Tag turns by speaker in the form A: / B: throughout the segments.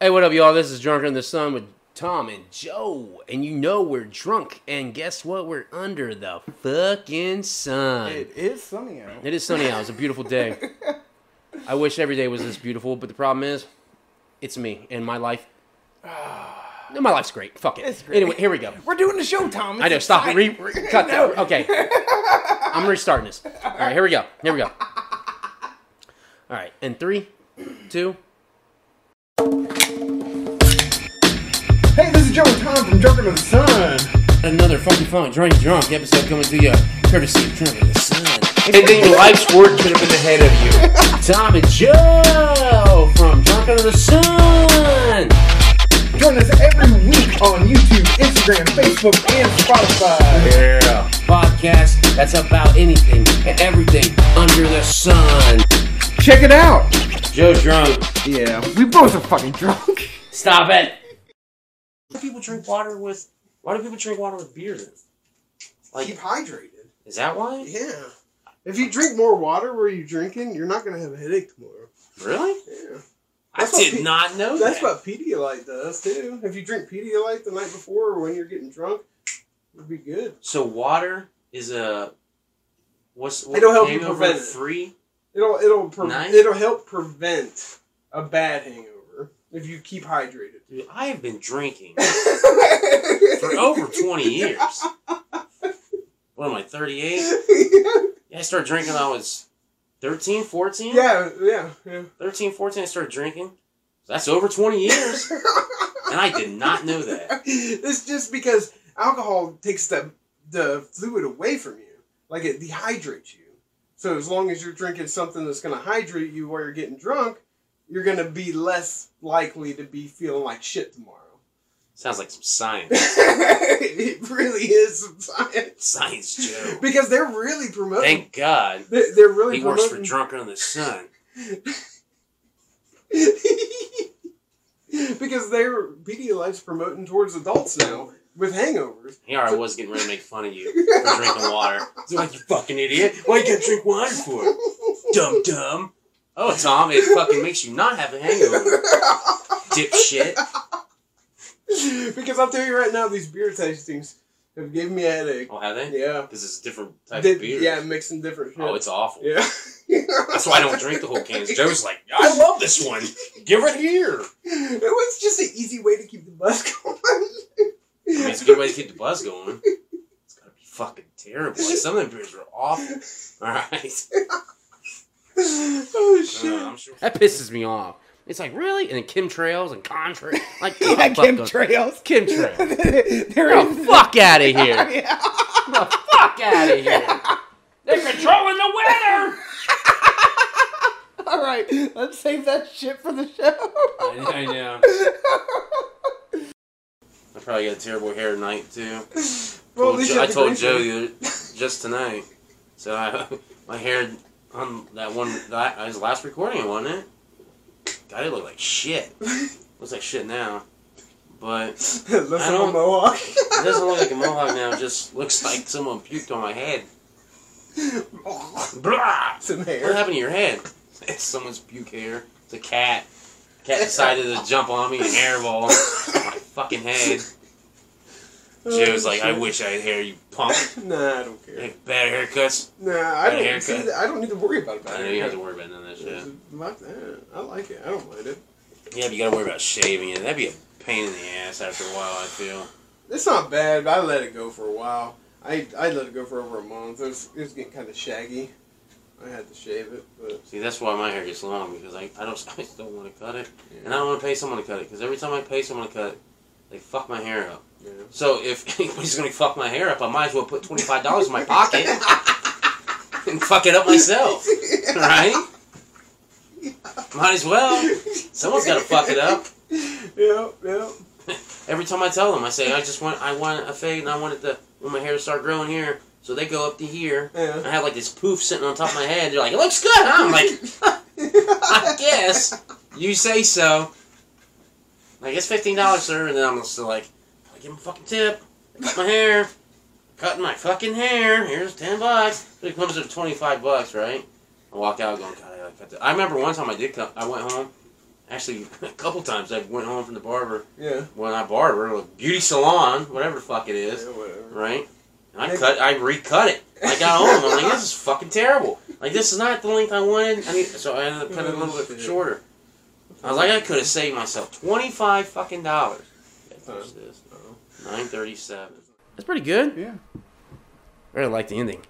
A: Hey, what up, y'all? This is Drunk in the Sun with Tom and Joe. And you know we're drunk. And guess what? We're under the fucking sun.
B: It is sunny out.
A: It is sunny out. It's a beautiful day. I wish every day was this beautiful, but the problem is, it's me and my life. No, my life's great. Fuck it.
B: It's great.
A: Anyway, here we go.
B: We're doing the show, Tom. It's
A: I know. Stop it. Re-
B: exciting.
A: re- cut that. Okay. I'm restarting this. All right. Here we go. Here we go. All right. And three, two.
B: Hey, this is Joe and Tom from Joker to the Sun.
A: Another fucking fun drunk drunk episode coming to you courtesy of Trevor the Sun. Anything life's work could have been ahead of you. Tom and Joe from Drunk Under the Sun.
B: Join us every week on YouTube, Instagram, Facebook, and Spotify.
A: Yeah. Podcast that's about anything and everything under the sun.
B: Check it out.
A: Joe's drunk.
B: Yeah, we both are fucking drunk.
A: Stop it.
C: people drink water with why do people drink water with beer then?
D: Keep hydrated.
C: Is that why?
D: Yeah. If you drink more water where you're drinking, you're not gonna have a headache tomorrow.
C: Really?
D: Yeah.
C: I
D: That's what
C: did
D: pe-
C: not know
D: That's
C: that.
D: what Pedialyte does too. If you drink Pedialyte the night before or when you're getting drunk, it'll be good.
C: so water is a what's what,
D: It'll help you
C: hangover
D: prevent it.
C: free?
D: It'll it'll pre-
C: Nice.
D: it'll help prevent a bad hangover if you keep hydrated.
C: Dude, I have been drinking for over twenty years. What am I, thirty eight? I started drinking when I was 13, 14?
D: yeah, yeah, yeah.
C: 13, 14, I started drinking. So that's over 20 years. and I did not know that.
D: it's just because alcohol takes the the fluid away from you, like it dehydrates you. So as long as you're drinking something that's going to hydrate you while you're getting drunk, you're going to be less likely to be feeling like shit tomorrow.
C: Sounds like some science.
D: it really is some science
C: Science Joe.
D: because they're really promoting.
C: Thank God.
D: they- they're really
C: He works
D: promoting.
C: for Drunken on the Sun.
D: because they're Pedialyte's promoting towards adults now with hangovers.
C: Here I was getting ready to make fun of you for drinking water. So like, you fucking idiot. Why you gotta drink water for? Dumb dumb. Oh, Tom, it fucking makes you not have a hangover. Dipshit.
D: because I'll tell you right now, these beer tastings have given me a headache.
C: Oh, have they?
D: Yeah.
C: Because it's a different type
D: They-
C: of beer.
D: Yeah, mixing different shit.
C: Oh, it's awful.
D: yeah.
C: That's why I don't drink the whole cans. Joe's like, I love this one. Give it here.
D: It was just an easy way to keep the buzz going.
C: I mean, it's a good way to keep the buzz going. It's gotta be fucking terrible. Like, some of the beers are awful. All right.
D: oh
C: Uh,
D: shit!
C: I'm sure.
A: That pisses me off. It's like, really? And then chemtrails and contrails. Like,
B: Yeah,
A: fuck
B: Kim
A: those-
B: Trails.
A: Chemtrails.
B: there
A: Get the fuck out of here.
B: Yeah.
A: Get the fuck out of here. They're controlling the weather.
B: All right, let's save that shit for the show.
C: I, I know. I probably got terrible hair tonight too.
D: Well,
C: Told
D: at least
C: Jo-
D: you
C: I
D: have the
C: told
D: green
C: Joe
D: thing.
C: the other, just tonight. So I, my hair on that one that I was last recording, wasn't it? God, it looked like shit. Looks like shit now, but it
D: Less
C: I
D: of a
C: don't-
D: mohawk.
C: doesn't look like a mohawk now. It just looks like someone puked on my head. Blah!
D: Some
C: What
D: hair.
C: happened to your head? It's someone's puke hair. It's a cat. Cat decided to jump on me and hairball my fucking head. She was like, I wish I had hair, you punk.
D: Oh, Nah, I don't
C: You
D: care.
C: have bad haircuts.
D: Nah, I
C: Got a
D: don't.
C: haircut.
D: See, that- I don't need to worry about it.
C: I know you have to worry about none of that shit.
D: Fuck that. eh, I like it. I don't mind it.
C: Yeah, but you gotta worry about shaving it. That'd be a pain in the ass after a while, I feel.
D: It's not bad, but I let it go for a while. I, I let it go for over a month. It was, it was getting kind of shaggy. I had to shave it, but
C: See, that's why my hair gets long, because I, I don't I just don't want to cut it. And I don't want to pay someone to cut it, because every time I pay someone to cut it, they fuck my hair up.
D: yeah.
C: So if anybody's gonna fuck my hair up, I might as well put twenty five dollars in my pocket and fuck it up myself, right? Might as well. Someone's gotta fuck it up.
D: Yep, yep.
C: Every time I tell them, I say I just want I want a fade and I want it to when my hair to start growing here, so they go up to here.
D: Yeah.
C: I have like this poof sitting on top of my head. They're like, it looks good. Huh? I'm like, I guess you say so. Like it's fifteen dollars, sir, and then I'm still like, I give him a fucking tip. I cut my hair, cutting my fucking hair. Here's ten bucks. It comes to twenty five bucks, right? I walk out going, God, I gotta cut that. I remember one time I did cut. I went home. Actually, a couple times I went home from the barber.
D: Yeah.
C: Well, not barber, a beauty salon, whatever the fuck it
D: yeah
C: is,
D: whatever.
C: right? And I cut, I recut it. I got home. I'm like, this is fucking terrible. Like, this is not the length I wanted. I need, so I ended up cutting it a little
D: Oh,
C: bit
D: shit.
C: shorter. I was like, I could have saved myself twenty five fucking dollars. Nine thirty seven. That's pretty good.
B: Yeah.
C: I really like the ending.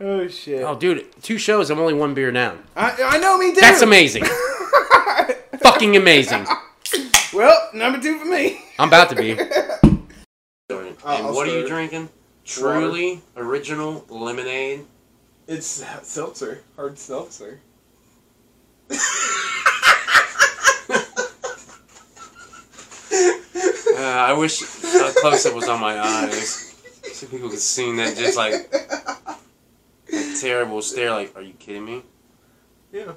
B: Oh shit.
C: Oh, dude, two shows. I'm only one beer down.
B: I, I know me too.
C: That's amazing. Fucking amazing.
B: Well, number two for me.
C: I'm about to be.
D: I'll
C: and what are
D: start.
C: you drinking? Truly original lemonade.
D: It's seltzer, hard seltzer.
C: Uh, I wish a close up was on my eyes. So people could see that just like terrible stare, like, are you kidding me?
D: Yeah.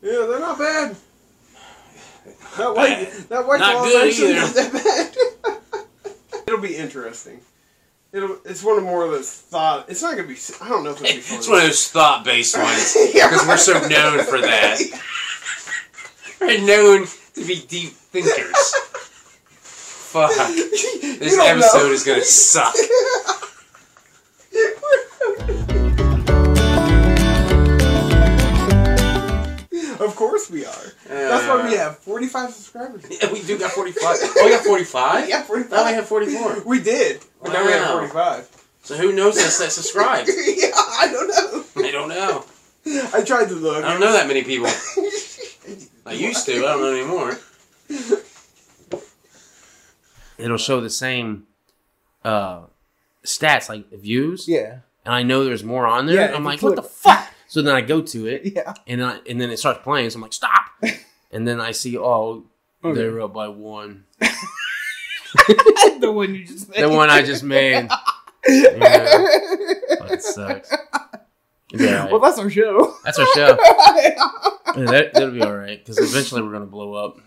D: Yeah, they're not bad. That white, that white
C: Not
D: Claw's
C: good
D: actually
C: either.
D: not that bad. It'll be interesting. It'll, it's one of more of those thought. It's not gonna be. I don't know if it'll be fun.
C: It's one of those thought based ones.
D: Yeah.
C: Because we're so known for that. We're known to be deep thinkers. Fuck. This
D: You don't
C: episode
D: know.
C: is gonna suck.
D: of course we are. That's why we have 45 subscribers.
C: Yeah, we do got 45. Oh, we got 45?
D: Yeah, 45.
C: Now we have 44.
D: We did, but now we have
C: Wow.
D: 45.
C: So who knows us that subscribed?
D: yeah, I don't know.
C: I don't know.
D: I tried to look.
C: I don't know that many people. I used to. I don't know anymore. It'll show the same uh, stats, like views,
B: Yeah.
C: and I know there's more on there.
B: Yeah, if
C: I'm
B: you
C: like, what the
B: click-
C: fuck? So then I go to it,
B: Yeah.
C: and I, and then it starts playing. So I'm like, stop. And then I see, oh, they're up by one.
B: the one you just made.
C: The one I just made. Yeah, fucking sucks. Yeah,
B: Well, that's our show.
C: that's our show. Yeah, that, that'll be all right because eventually we're gonna blow up.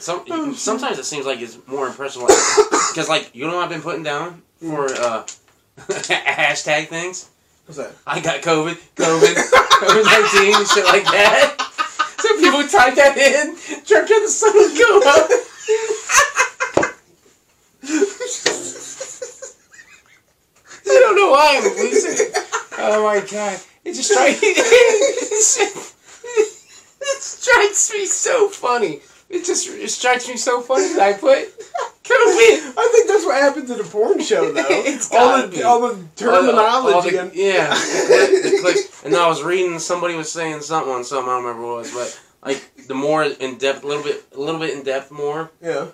C: Some, sometimes it seems like it's more impressive because, like, you know, what I've been putting down for uh, hashtag things.
D: What's that?
C: I got COVID, COVID, COVID nineteen, and shit like that. So people type that in, drink the sun will go up. I don't know why I'm losing. it. Oh my god! It just strikes. it strikes me so funny. It just it strikes me so funny that I put COVID.
D: I think that's what happened to the porn show, though.
C: It's
D: all,
C: gotta
D: the,
C: be.
D: all the terminology.
C: All the-
D: and,
C: yeah. the clicks. and I was reading somebody was saying something on something I don't remember what it was, but like the more in depth, a little bit, a little bit in depth more
D: yeah.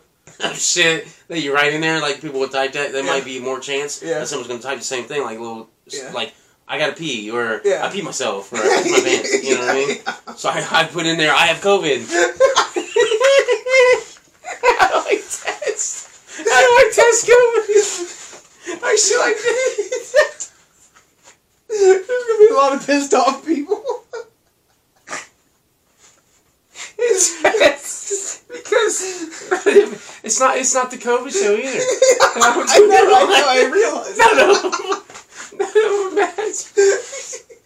C: shit that you write in there, like people would type that, there
D: Yeah.
C: might be more chance
D: Yeah.
C: that someone's gonna type the same thing, like little,
D: Yeah.
C: like I gotta pee or
D: Yeah.
C: I pee myself or I pee my pants. You know what I mean? So I, I put in there I have COVID. How do I test? How do I test COVID? I should like.
D: There's gonna be a lot of pissed off people.
C: It's because it's not it's not the COVID show either.
D: I know, I know, I realize.
C: None of them. None of them match.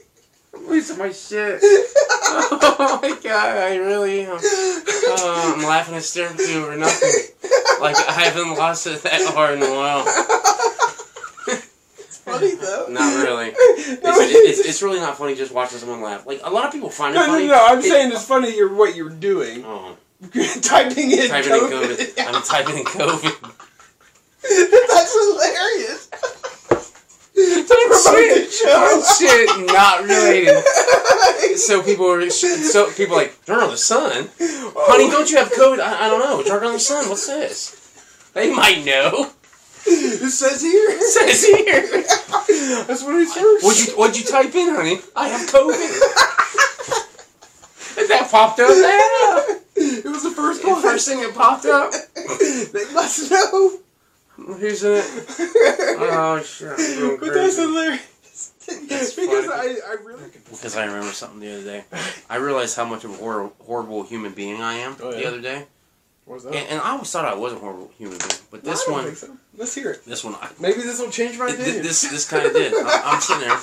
C: I'm losing my shit. Oh my god, I really am. Oh, I'm laughing hysterically over nothing. Like I haven't lost it that hard in a while.
D: funny though.
C: Not really. It's,
D: No,
C: it's, it's, really not funny just watching someone laugh. Like a lot of people find it
D: no, no,
C: funny.
D: no, I'm
C: It-
D: saying it's funny. You're what you're doing.
C: Oh,
D: typing in
C: typing in
D: COVID.
C: COVID. I'm typing in COVID.
D: That's hilarious.
C: Don't promote the
D: shit.
C: show. shit, not related. So people were, so people were like, Darn the Sun? Honey, don't you have COVID? I, I don't know. Dark on the Sun, what's this? They might know.
D: It says here.
C: It says here.
D: That's what I searched.
C: What'd you, what'd you type in, honey? I have COVID. And that popped up. Yeah.
D: It was the first
C: The
D: one.
C: first thing that popped up.
D: They must know.
C: Who's in it? Oh, shit. I'm going
D: But that's
C: crazy.
D: hilarious. because I,
C: funny.
D: I really.
C: Because I remember something the other day. I realized how much of a hor- horrible human being I am
D: Oh, yeah.
C: the other day.
D: What's
C: And, and I always thought I was a horrible human being, but this
D: I don't
C: one,
D: Think so. Let's hear it.
C: this one, I,
D: Maybe this will change my
C: th- th-
D: opinion.
C: this this kind of did. I, I'm sitting there.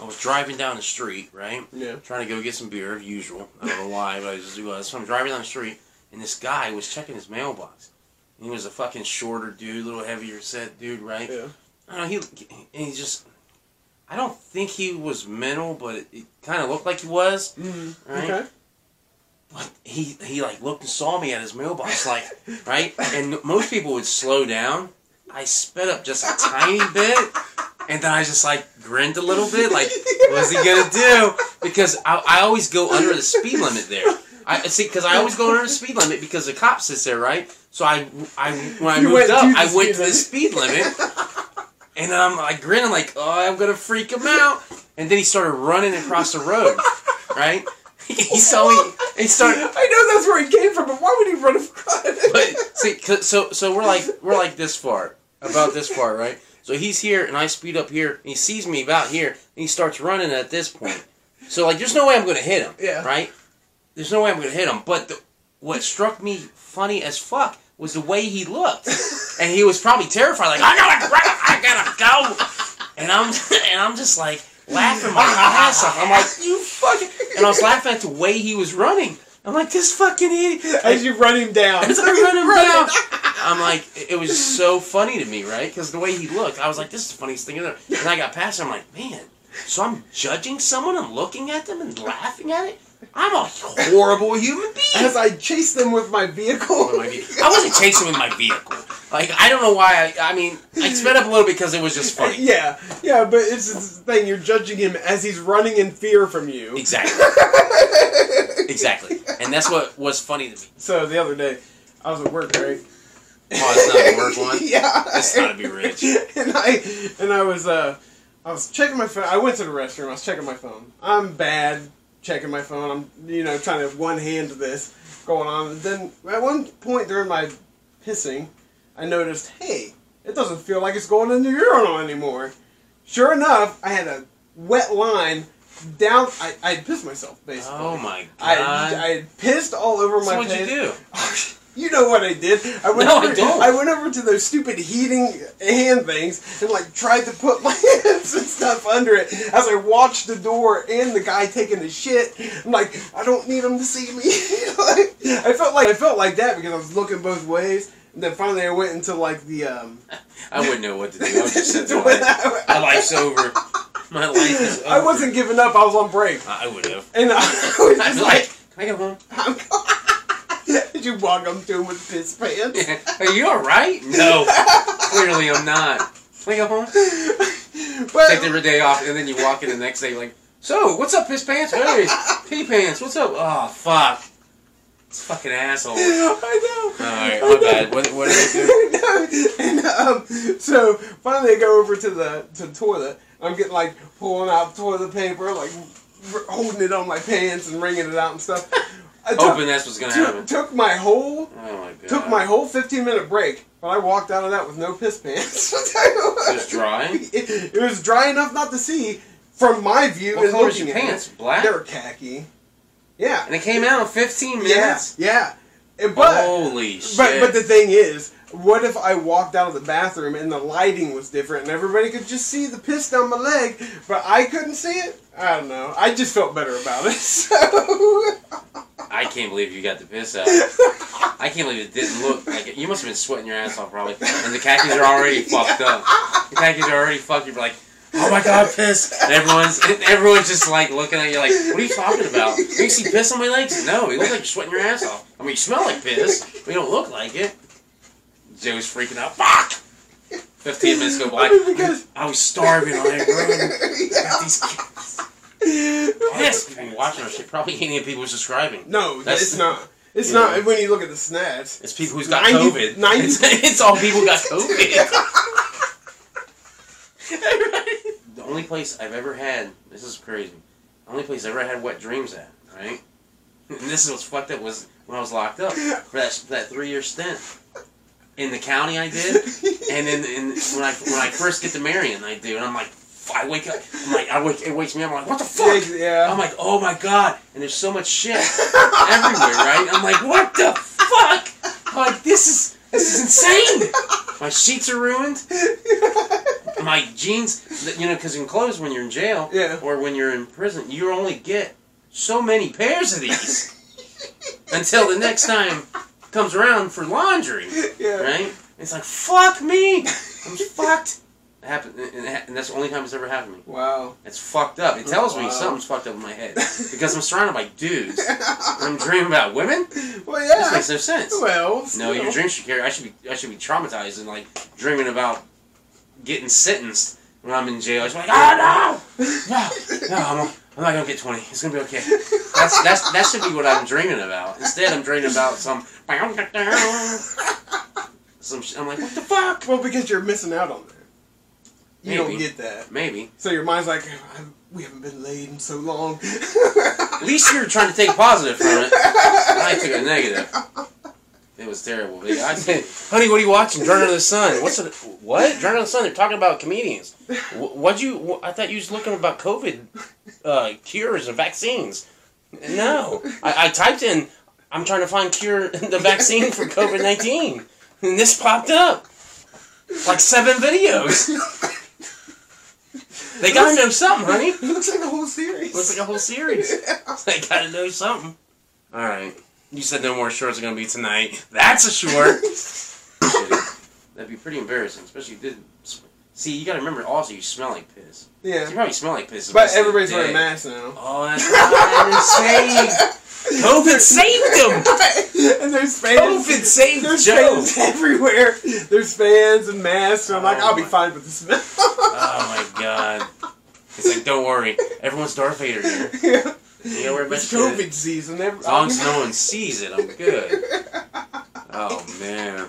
C: I was driving down the street, right?
D: Yeah.
C: Trying to go get some beer, as usual. I don't know why, but I just was. So I'm driving down the street, and this guy was checking his mailbox. And he was a fucking shorter dude, little heavier set dude, right?
D: Yeah.
C: I don't know, he, and he just, I don't think he was mental, but it, it kind of looked like he was,
D: Mm-hmm.
C: right?
D: Okay.
C: But he, he like looked and saw me at his mailbox, like, right? And most people would slow down. I sped up just a tiny bit, and then I just like grinned a little bit, like, what's he gonna do? Because I, I always go under the speed limit there. I see, because I always go under the speed limit because the cop sits there, right? So I, I when I
D: You
C: moved
D: went
C: up,
D: to the
C: I went
D: speed
C: to the
D: limit.
C: speed limit, and I'm like grinning, like, oh, I'm gonna freak him out. And then he started running across the road, right? He saw me. He started
D: I know that's where he came from, but why would he run across?
C: but see, 'cause- so so we're like we're like this far, about this far, right? So he's here, and I speed up here, and he sees me about here, and he starts running at this point. So like, there's no way I'm gonna hit him,
D: Yeah.
C: right? There's no way I'm gonna hit him. But the, what struck me funny as fuck was the way he looked, and he was probably terrified. Like I gotta, grab- I gotta go, and I'm and I'm just like laughing my ass off. I'm like you fucking, and I was laughing at the way he was running. I'm like this fucking idiot.
D: As you run him down.
C: As I run him down, I'm like, it- it was so funny to me, right? Because the way he looked, I was like, this is the funniest thing ever. And I got past him, I'm like, man, so I'm judging someone and looking at them and laughing at it? I'm a horrible human being.
D: As I chase them with my vehicle.
C: With my vehicle. I wasn't chasing with my vehicle. Like, I don't know why. I, I mean, I sped up a little because it was just funny.
D: Yeah, yeah, but it's this thing. You're judging him as he's running in fear from you.
C: Exactly. Exactly. And that's what was funny to me.
D: So the other day, I was at work, right?
C: Oh, it's not a work one.
D: yeah.
C: It's gotta be rich.
D: and I and I was uh, I was checking my phone. I went to the restroom. I was checking my phone. I'm bad checking my phone. I'm you know trying to one hand this going on. And then at one point during my pissing, I noticed, hey, it doesn't feel like it's going in the urinal anymore. Sure enough, I had a wet line down. I I had pissed myself basically.
C: Oh my god.
D: I, I had pissed all over
C: so
D: my
C: what'd
D: pants.
C: you do?
D: You know what I did? I went
C: No, I
D: over,
C: don't.
D: went over to those stupid heating hand things and like tried to put my hands and stuff under it as I watched the door and the guy taking the shit. I'm like, I don't need him to see me. like, I felt like I felt like that because I was looking both ways. And then finally, I went into like the um.
C: I wouldn't know what to do. I would just sit there like,
D: I,
C: My life's over. My life is over.
D: wasn't giving up. I was on break,
C: I would have.
D: and I was
C: I'd be like,
D: just like,
C: can I go home?
D: I'm Did you walk up to him with piss pants?
C: Are you alright? No. Clearly I'm not. Can I go home? Take
D: But
C: the day off and then you walk in the next day like, so, what's up, piss pants? Hey, pee pants, what's up? Oh, fuck. It's fucking asshole. Alright,
D: I know.
C: my bad. What, what did you do?
D: No, and um, so finally I go over to the to the toilet. I'm getting like pulling out toilet paper, like r- holding it on my pants and wringing it out and stuff. I took,
C: Hoping that's what's gonna happen.
D: took, took my whole
C: Oh my god.
D: took my whole 15 minute break, but I walked out of that with no piss pants.
C: Just dry.
D: it, it was dry enough not to see from my view.
C: What
D: and
C: color's
D: looking
C: your
D: at it.
C: pants? Black?
D: They're khaki. Yeah.
C: And it came out in 15
D: Yeah.
C: minutes?
D: Yeah. And- But
C: Holy shit.
D: But, but the thing is, what if I walked out of the bathroom and the lighting was different and everybody could just see the piss down my leg, but I couldn't see it? I don't know. I just felt better about it. So
C: I can't believe you got the piss out. I can't believe it didn't look like it. You must have been sweating your ass off, probably. And the khakis are already fucked up. The khakis are already fucked. You're like, oh my god, piss. And everyone's, and everyone's just like looking at you like, what are you talking about? Do you see piss on my legs? No, you look like you're sweating your ass off. I mean, you smell like piss, but you don't look like it. Joe's freaking out. Fuck! 15 minutes go by.
D: I mean, because-
C: I was starving on that room. I got these
D: yes.
C: Yes, people watching our shit probably ain't even people subscribing.
D: No,
C: That's-
D: it's not. It's
C: Yeah.
D: not when you look at the snaps.
C: It's people who's got
D: 90
C: COVID.
D: 90
C: It's, it's all people who got COVID. the only place I've ever had this is crazy. The only place I ever had wet dreams at, right? And this is what's fucked up was when I was locked up for that for that three year stint in the county I did, and then in, when I when I first get to Marion I do, and I'm like. f- I wake up. I'm like, I wake. It wakes me up. I'm like, what the fuck?
D: Yeah.
C: I'm like, oh my god, and there's so much shit everywhere, right? I'm like, what the fuck? I'm like, this is this is insane. My sheets are ruined. my jeans, that- you know, because in clothes when you're in jail
D: Yeah.
C: or when you're in prison, you only get so many pairs of these until the next time comes around for laundry,
D: yeah.
C: right? It's like fuck me, I'm fucked. It happened, and, it ha- and that's the only time it's ever happened to me.
D: Wow.
C: It's fucked up. It tells
D: Wow.
C: me something's fucked up in my head because I'm surrounded by dudes. I'm dreaming about women.
D: Well,
C: This
D: yeah.
C: makes no sense.
D: Well,
C: No,
D: still.
C: your dreams should carry. I should be. I should be traumatized and like dreaming about getting sentenced when I'm in jail. It's like, oh no, no, no. I'm, I'm not gonna get twenty. It's gonna be okay. That's that's that should be what I'm dreaming about. Instead, I'm dreaming about some. Some. sh- I'm like, what the fuck?
D: Well, because you're missing out on that. You don't
C: Maybe.
D: get that.
C: Maybe.
D: So your mind's like, I, we haven't been laid in so long.
C: At least you're trying to take positive from it. I took a negative. It was terrible. Yeah, I
A: Hey, honey, what are you watching? Journey of the Sun. What's it? What? Journey of the Sun. They're talking about comedians. Wh- What'd you? wh- I thought you was looking about COVID uh, cures and vaccines. No, I, I typed in. I'm trying to find cure the vaccine for COVID nineteen, and this popped up. Like seven videos. They gotta know something, honey.
D: it looks like a whole series.
A: Looks like a whole series. They gotta know something. All right. You said no more shorts are gonna be tonight. That's a short.
C: That'd be pretty embarrassing, especially if you did. See, you gotta remember also you smell like piss. You
D: yeah.
C: probably smell like piss. the
D: But
C: rest of the
D: everybody's
C: day.
D: wearing masks now.
C: Oh, that's right. Saved. COVID saved them.
D: and there's fans.
A: COVID saved
D: There's
A: Joe.
D: fans everywhere. There's fans and masks. And I'm like,
C: Oh
D: I'll be
C: my-
D: fine with the smell.
C: Oh my god. It's like, don't worry. Everyone's Darth Vader here.
D: yeah.
C: You know where
D: It's
C: best
D: COVID season. Every-
C: As long as no one sees it, I'm good. Oh man.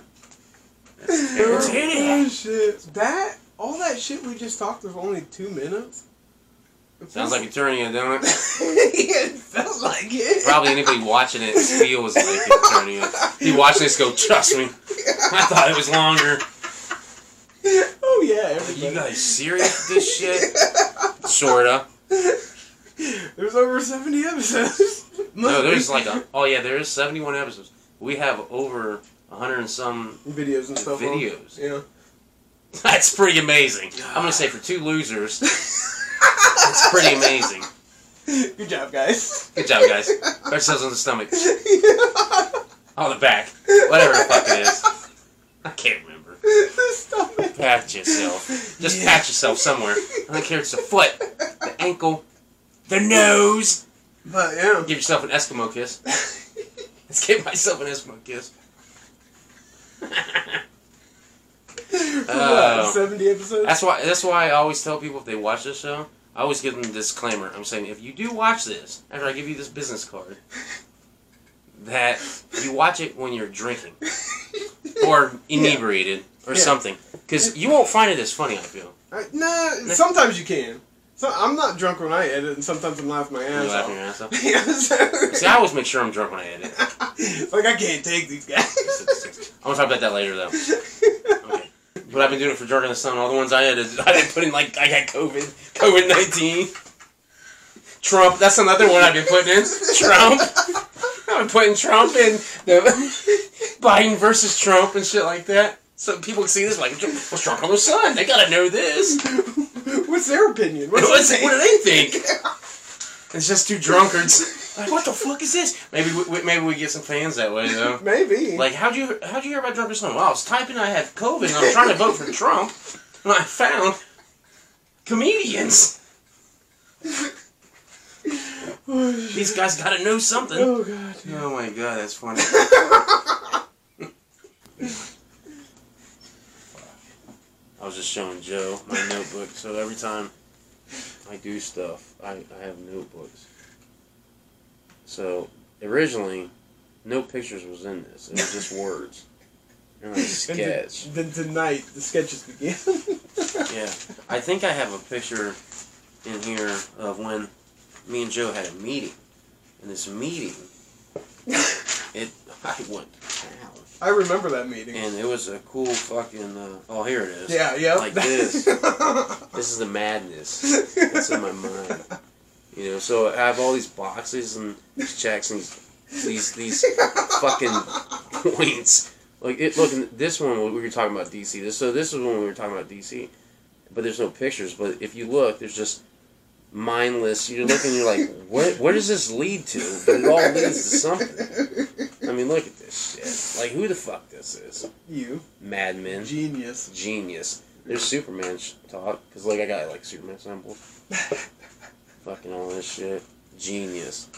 C: That's
A: It's
C: terrible.
D: Oh, shit. That all that shit we just talked was only two minutes. It
C: Sounds
D: feels-
C: like Eternia, don't it?
D: it felt like it.
C: Probably anybody watching it feels like Eternia. You watch this, go trust me. I thought it was longer.
D: Oh yeah,
C: Are
D: everybody.
C: you guys serious with this shit? Sorta.
D: There's over seventy episodes.
C: No, there's like a. Oh yeah, there is 71 episodes. We have over 100 and some
D: videos and stuff. on.
C: videos.
D: Yeah.
C: That's pretty amazing. I'm gonna say for two losers, it's pretty amazing.
D: Good job, guys.
C: Good job, guys. Put ourselves on the stomach, on the back, whatever the fuck it is. I can't remember.
D: Stop it.
C: Pat yourself. Just pat yourself somewhere. I don't care if it's the foot, the ankle, the nose.
D: But yeah.
C: Give yourself an Eskimo kiss. Let's give myself an Eskimo kiss.
D: For
C: Oh.
D: what, seventy episodes.
C: That's why. That's why I always tell people if they watch this show, I always give them a disclaimer. I'm saying if you do watch this, after I give you this business card, that you watch it when you're drinking or inebriated or
D: Yeah.
C: something, because you won't find it as funny. I feel.
D: I, nah, sometimes you can. So I'm not drunk when I edit, and sometimes I'm laughing my
C: You're
D: ass
C: laughing
D: off.
C: your ass off.
D: Yeah,
C: See, I always make sure I'm drunk when I edit.
D: so- like I can't take these guys.
C: I'm gonna talk about that later though. Okay. But I've been doing it for Jordan and the Sun. All the ones I edited, I didn't put in like I got COVID, COVID nineteen, Trump. That's another one I've been putting in. Trump. I've been putting Trump in the Biden versus Trump and shit like that. So people see this like, what's Trump on the Sun? They gotta know this.
D: What's their opinion? What's
C: What's,
D: their
C: what do they think? It's just two drunkards. Like, what the fuck is this? Maybe we, we- maybe we get some fans that way though.
D: Maybe.
C: Like, how'd you how'd you hear about Drunken Snowman? Well, I was typing I had COVID and I'm trying to vote for Trump, and I found comedians. These guys gotta know something.
D: oh god.
C: Oh my god, that's funny. I was just showing Joe my notebook, so every time I do stuff, I, I have notebooks. So originally, no pictures was in this. It was just words. And like a
D: And then-
C: sketch.
D: Then tonight the sketches begin.
C: Yeah. I think I have a picture in here of when me and Joe had a meeting. And this meeting, it I went down.
D: I remember that meeting.
C: And it was a cool fucking. Uh, oh, here it is.
D: yeah, yeah.
C: Like this. This is the madness that's in my mind. You know, so I have all these boxes and these checks and these these, these fucking points. Like it. Look, and this one we were talking about DC. This so this is when we were talking about DC. but there's no pictures. But if you look, there's just mindless. You look and you're like, what? Where does this lead to? But it all leads to something. I mean, look at this shit. Like, who the fuck this is?
D: You
C: Madmen,
D: genius.
C: genius. There's Superman sh- talk because like I got like Superman samples. Fucking all this shit, genius.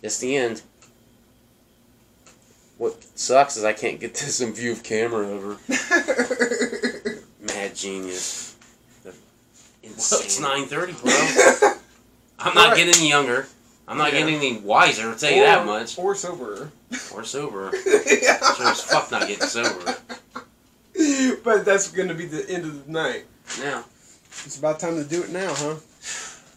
C: It's the end. What sucks is I can't get this in view of camera ever. Mad genius. The- It's nine thirty, bro. I'm not
D: Right.
C: getting any younger. I'm not
D: Yeah.
C: getting any wiser. I'll tell you that
D: Or-
C: much.
D: Or soberer.
C: Or sober.
D: Yeah.
C: Sure as fuck not getting sober.
D: But that's gonna be the end of the night.
C: Now
D: It's about time to do it now, huh?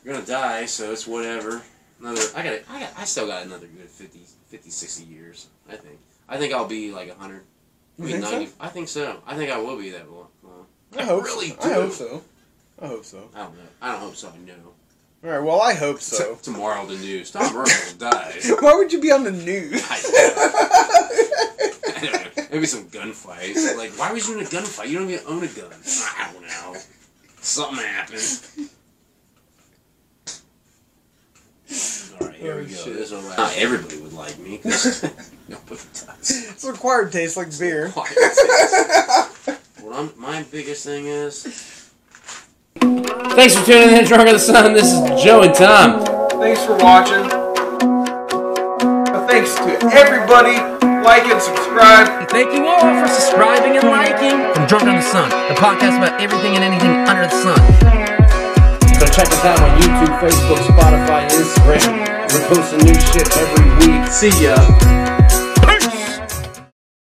C: you're gonna die, so it's whatever. Another, I got, I got, I still got another good 50, 50 60 years. I think. I think I'll be like hundred.
D: You think so?
C: I think so. I think I will be that long. Well,
D: I hope
C: really
D: so.
C: do.
D: I hope so. I hope so.
C: I don't know. I don't hope so. I know.
D: All right. Well, I hope so.
C: Tomorrow the news. Tom Burns dies.
D: Why would you be on the news?
C: I don't know. Maybe some gunfights. Like, why was you in a gunfight? You don't even own a gun. I don't know. Something happened. All right, here
D: Oh,
C: we go.
D: shit.
C: This will last. Not everybody would like me. 'cause Nobody does.
D: it's required taste like beer.
C: Quiet is- What I'm, my biggest thing is,
A: Thanks for tuning in, Drunk of the Sun. This is Joe and Tom.
D: Thanks for watching. Thanks to everybody. Like and subscribe.
A: Thank you all for subscribing and liking. From Drunk on the Sun, the podcast about everything and anything under the sun. So check us out on YouTube, Facebook, Spotify, Instagram. We're posting new shit every week.
D: See ya.